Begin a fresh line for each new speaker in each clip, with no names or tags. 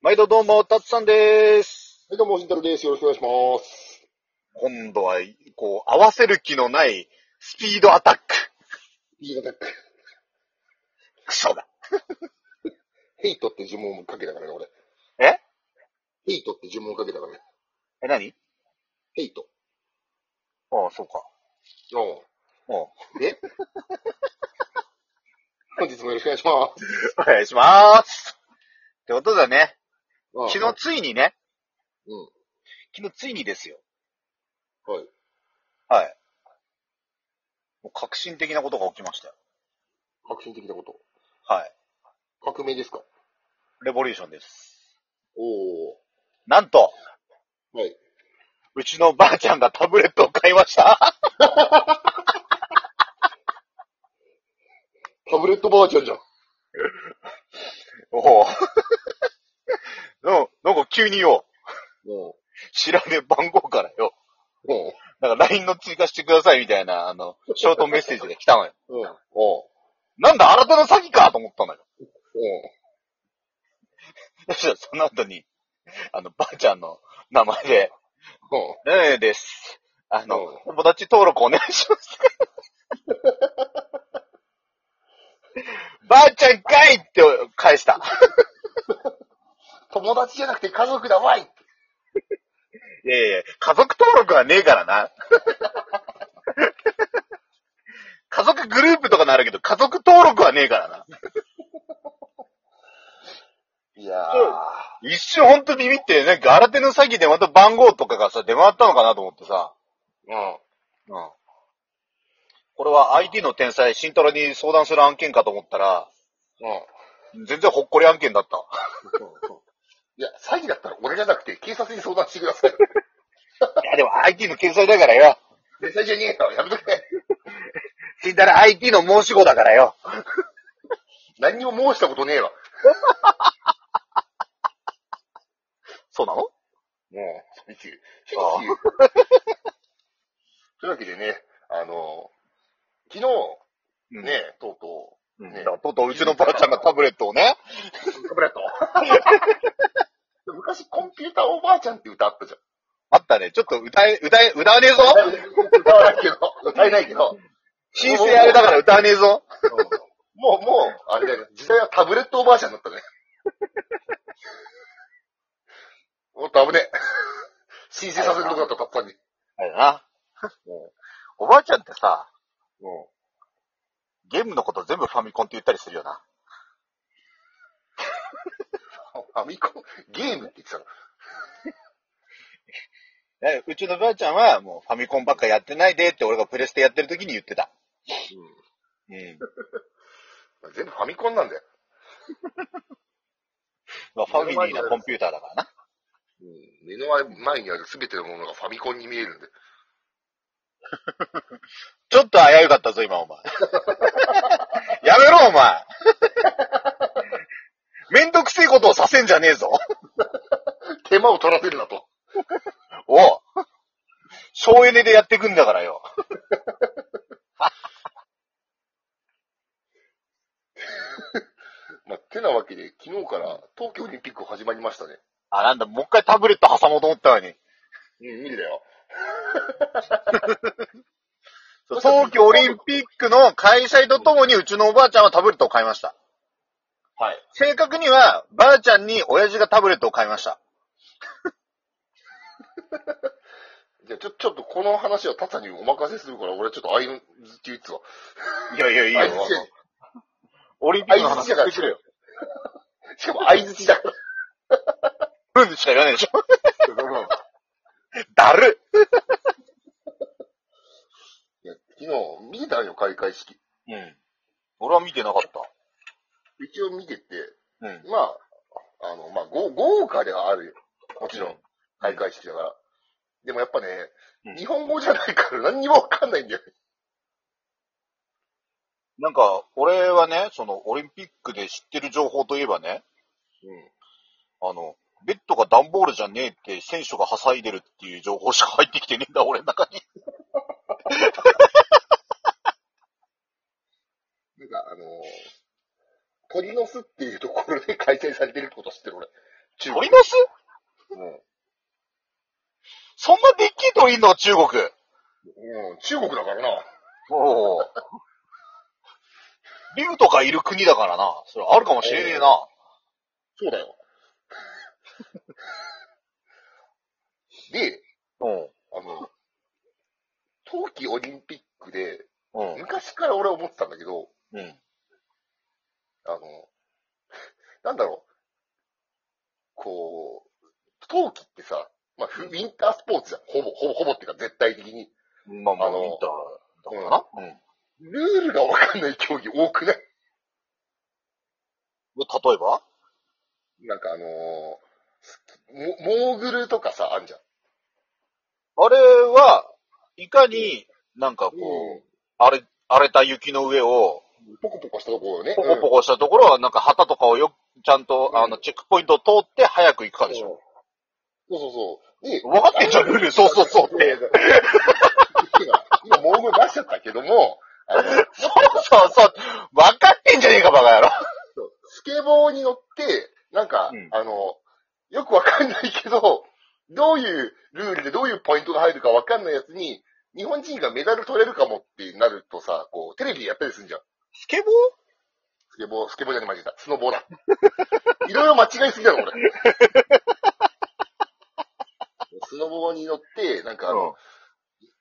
毎度どうも、たつさんです。
はい、どうも、インタルです。よろしくお願いします。
今度は、こう、合わせる気のない、スピードアタック。
ビーアタック。
クソだ。
ヘイトって呪文かけたからね、俺。
え
ヘイトって呪文かけたからね。
え、何
ヘイト。
ああ、そうか。
う
お
ん。本日もよろしくお願いします。
お願いします。ってことでね、
うん
昨日ついにね、
うん。
昨日ついにですよ。
はい。
はい。もう革新的なことが起きましたよ。
革新的なこと。
はい。
革命ですか
レボリューションです。
お
なんと、
ー。はい。
うちのばあちゃんがタブレットを買いました。
タブレットバーチャルじゃん。
おお。 のなんか急によ、
うん。
知らねえ番号からよ、
うん。
なんか LINE の追加してくださいみたいな、あの、ショートメッセージが来たのよ。
うん。うん。
おうなんだ、新たな詐欺かと思ったのよ。 そしたらその後に、あの、ばあちゃんの名前で、ねえです。あの、
うん
友達登録お願いします。 ばあちゃんかいって返した。
友達じゃなくて家族だわい
いやいや、家族登録はねえから な。家族グループとかなるけど、家族登録はねえからな。
いやー。
一瞬ほんとビビって、なんか新手の詐欺でまた番号とかがさ、出回ったのかなと思ってさ。
うん。
うん。これは IT の天才、慎太郎に相談する案件かと思ったら、
う
全然ほっこり案件だったわ。
ん。いや、詐欺だったら俺じゃなくて警察に相談してください。
いやでも IT の天才だからよ。
天才じゃねえよ。やめとけ。
慎太郎 IT の申し子だからよ。
何にも申したことねえ わ。
そうなの
もう、寂しい。ち
あ
ょ
あ
っと寂しい。というわけでね、あの、昨日、
うん
ね、とうと
うん
ね
だからとうとううちのばあちゃんがタブレットをね。
う、タブレット。 昔、コンピューターおばあちゃんって歌あったじゃん。
あったね。ちょっと歌え、歌え、歌わねえぞ
歌わないけど、歌えないけど、
新生あれだから歌わねえぞ
もう、もう、あれだよ、時代はタブレットおばあちゃんだったね。 おっと、危ねえ。申請させるとこだった、たっさんに。
あれだな。おばあちゃんってさ、
うん
ゲームのこと全部ファミコンって言ったりするよな。
ファミコン、ゲームって言ってたの。
えうちのばあちゃんはもうファミコンばっかやってないでって俺がプレステやってる時に言ってた。うん。
全部ファミコンなんだよ。
まあ、ファミリーなコンピューターだからな。
うん目の前にある全てのものがファミコンに見えるんで。
ちょっと危うかったぞ、今、 お前。やめろ、お前。めんどくせえことをさせんじゃねえぞ。
手間を取らせるなと。
おう省エネでやってくんだからよ。
まあ、てなわけで、昨日から東京オリンピック始まりましたね。
あ、なんだ、もう一回タブレット挟もうと思ったのに。
うん、無理だ よ。
東京オリンピックの開催とともに、うちのおばあちゃんはタブレットを買いました。
はい。
正確には、ばあちゃんに親父がタブレットを買いました。
じゃあ、ちょ、ちょっとこの話はタツさんにお任せするから、俺ちょっと相づち打つわ。
いやいやい
相
い
づ
よ
ち。
オリンピックの
相づ
話
ちだから。
して
し
くれよ。
かも相づちだから。
うんしか言わないでしょ。だる
いや昨日、見てたよ、開会式。
うん。俺は見てなかった。
一応見てて、
うん。
まあ、あの、まあ、ご豪華ではあるよ。もちろん。開会式だから。でもやっぱね、
うん
日本語じゃないから何にもわかんないんだよ。
なんか、俺はね、その、オリンピックで知ってる情報といえばね、あの、ベッドが段ボールじゃねえって選手が挟いでるっていう情報しか入ってきてねえんだ、俺の中に。
なんか、あのー鳥の巣っていうところで開催されてるってことは知ってる俺。中
鳥の巣
国。うん
そんなでっきい鳥いんの中国。
うん、中国だからな。
おお。竜とかいる国だからな。それあるかもしれねえな。
そうだよ。で、
うん。
あの、冬季オリンピックで、
うん。
昔から俺は思ってたんだけど、
うん。
あの、なんだろう、こう、冬季ってさ、まあ、ふウィンタースポーツじゃん。ほぼ、ほぼ、ほぼっていうか絶対的に。
まあまあ、
あの
見ただからな。うん。
ルールがわかんない競技多くない
例えば
なんかあのースキモ、モーグルとかさ、あんじゃん。
あれは、いかになんかこう、荒れ、荒れた雪の上を、
うん。ポコポコしたとこよね。
ポコポコしたところは、なんか旗とかをよ、ちゃんと、
うん
あの、チェックポイントを通って早く行くか
うん
でしょ。
そうそうそう。で、
分かってんじゃん、ルー ル。そうそうそうって。
今、今、モーグル出しちゃったけども、あの、
そうそうそう。分かってんじゃねえか、バカ野郎。
スケボーに乗って、なんか、
うん
あの、よくわかんないけど、どういうルールでどういうポイントが入るかわかんないやつに、日本人がメダル取れるかもってなるとさ、こう、テレビでやったりするじゃん。
スケボー
スケボー、スケボーじゃない、マジだ。スノボ ーだ。いろいろ間違いすぎだろ、俺。スノボーに乗って、なんかあの、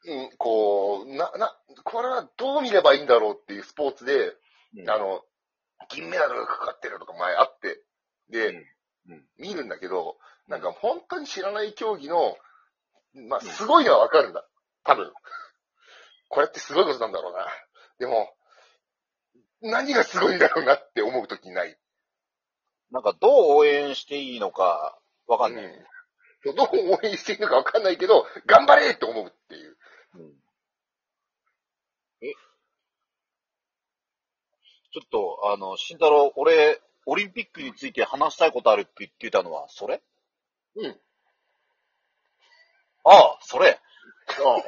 うん、こう、な、な、これはどう見ればいいんだろうっていうスポーツで、
うん
あの、銀メダルがかかってるとか前あって、で、
うんうん
見るんだけど、なんか本当に知らない競技の、まあ、
うん
すごいのはわかるんだ。多分。これってすごいことなんだろうな。でも、何がすごいんだろうなって思うときない。
なんか、どう応援していいのか、わかんない。
うん。どう応援していいのかわかんないけど、頑張れって思うっていう。
うんえちょっと、あの、慎太郎、俺、オリンピックについて話したいことあるって言ってたのは、それ
うん。
ああ、それ。
ちょ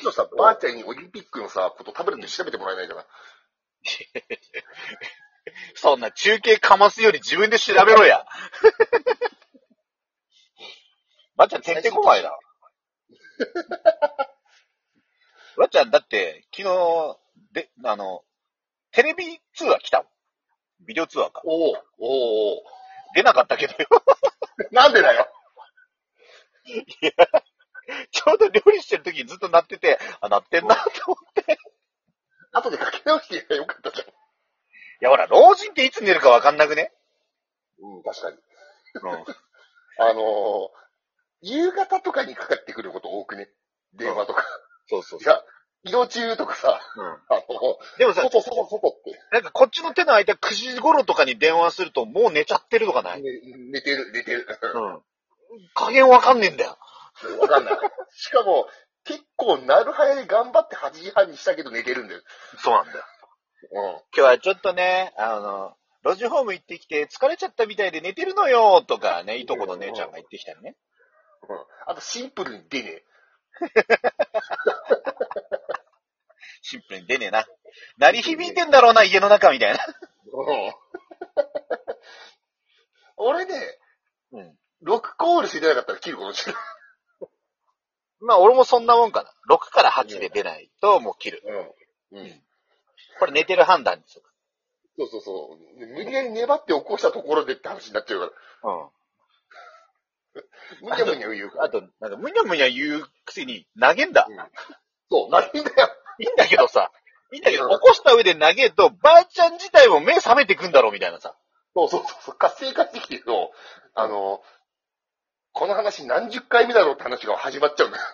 っとさ、ばあちゃんにオリンピックのさ、こと食べるの調べてもらえないかな。
そんな中継かますより自分で調べろ や。ばあちゃん、てんてこまいだ。ばあちゃん、だって、昨日、で、あの、テレビ通話来たもん。ビデオ通話か。
おおおお
出なかったけどよ。
なんでだよ
ちょうど料理してる時にずっと鳴ってて、あ、鳴ってんなと思って。
後でかけ直してやればよかったじゃ
いや、ほら、老人っていつ寝るかわかんなくね。
ん。うん、確かに。
うん。
あのー、夕方とかにかかってくること多くね。電話とか。
そうそう
いや、移動中とかさ、
うん。
あのー、
でもさ、
外、外、外って、
なんかこっちの手の間9時頃とかに電話するともう寝ちゃってるとかない
ね寝てる、寝てる。
うん。加減わかんねえんだよ。
わかんない。しかも、結構、なる早で頑張って8時半にしたけど寝てるんだよ。
そうなんだよ。
うん。
今日はちょっとね、あの、路地ホーム行ってきて疲れちゃったみたいで寝てるのよとかね、いとこの姉ちゃんが言ってきたりね。
うんあとシンプルに出ねえ。
シンプルに出ねえな。鳴り響いてんだろうな、家の中みたいな。
俺ね、
うん。
6コールしてなかったら切ることにしてる。
まあ俺もそんなもんかな。6から8で出ないともう切る。
うん。うん。
これ寝てる判断ですよ。
そうそうそう。で無理やり粘って起こしたところでって話になっちゃうから。
うん。
むにゃむにゃ言うから。
あと、なんか、むにゃむにゃ言うくせに、投げんだ
う。んそう、何だよ。
いいんだけどさ。いいんだけど、
うん
起こした上で投げると、ばあちゃん自体も目覚めてくんだろうみたいなさ。
そうそうそうそう。活性化してきてると、あの、この話何十回目だろうって話が始まっちゃうんだよ。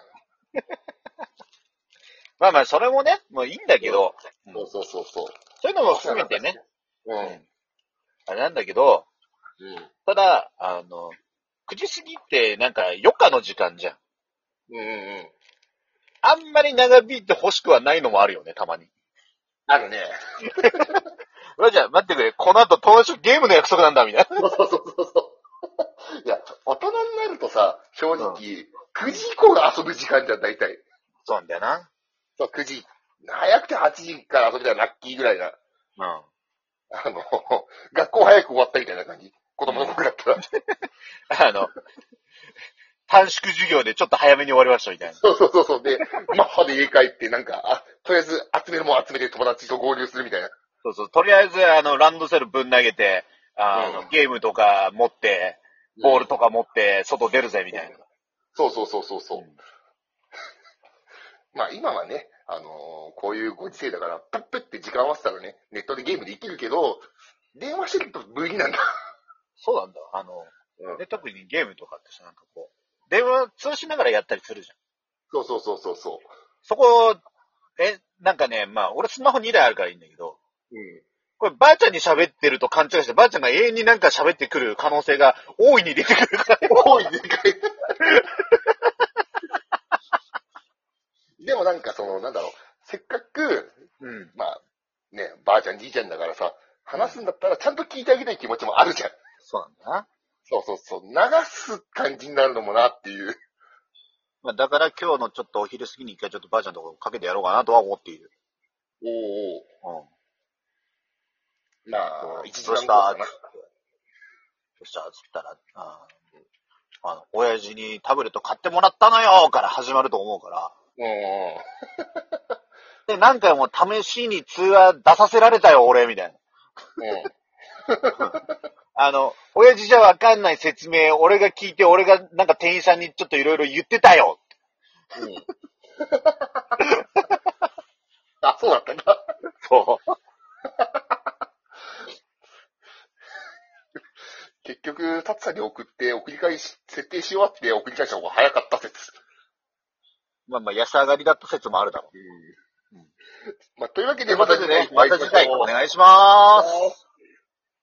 まあまあ、それもね、もういいんだけど、うん
そうそうそうそう。
そういうのも含めてね、
うん。
んあれなんだけど、
うん。
ただ、あの、9時過ぎって、なんか、余暇の時間じゃん。
うんうんうん。
あんまり長引いて欲しくはないのもあるよね、たまに。
あるね。
うわ、じゃあ、待ってくれ、この後、友達とゲームの約束なんだ、みたいな。
そうそうそうそう。い や、大人になるとさ、正直、9時以降が遊ぶ時間じゃん、大体。
そうなんだよな。
そう、9時。早くて8時から遊びたらラッキーぐらい
う
な。
ん。
あの、 学校早く終わったみたいな感じ子供の僕だったら。
あの、短縮授業でちょっと早めに終わりましたみたいな。
そうそうそうそう。で、マッハで家帰って、なんか、あ、とりあえず集めるもん集めて友達と合流するみたいな。
そうそう。とりあえず、あの、ランドセルぶん投げて、あの、
うん
ゲームとか持って、ボールとか持って、外出るぜみたいな。
そうそうそうそうそう。
うん
まあ今はね、あのーこういうご時世だから、プップって時間合わせたらね、ネットでゲームできるけど、電話してると無理なんだ。
そうなんだ。あの、
うん
で特にゲームとかってさ、なんかこう、電話通しながらやったりするじゃん。
そうそうそうそうそ
そこ、え、なんかね、まあ、俺スマホ2台あるからいいんだけど、
う。うん。
こればあちゃんに喋ってると勘違いして、ばあちゃんが永遠になんか喋ってくる可能性が大いに出てくるから、
多いでかい。 でもなんかその、なんだろう、せっかく、
うん。
まあ、ね、ばあちゃんじいちゃんだからさ、話すんだったらちゃんと聞いてあげたい気持ちもあるじゃん。
そうなんだな。
そうそうそう、流す感じになるのもなっていう。
まあ、だから今日のちょっとお昼過ぎに一回ちょっとばあちゃんのとこかけてやろうかなとは思っている。
おーお
うん。ど
ー。まあ、
う
1
し
時
た
間
っつったら
後かな。、
どうしたっつったら、あーあの、親父にタブレット買ってもらったのよから始まると思うから。
うんうん。
で、何回も試しに通話出させられたよ、俺、みたいな。
うん
あの、親父じゃわかんない説明、俺が聞いて、俺がなんか店員さんにちょっといろいろ言ってたよ。
うん。 あ、そうだったんだ。
そう。
結局、タツさんに送って、送り返し、設定し終わって送り返した方が早かった説。
まあまあ、安上がりだった説もあるだろう。
うん。まあ、というわけで、
ということでね、また次回お
お願い
願いし
し
ま。
ますす。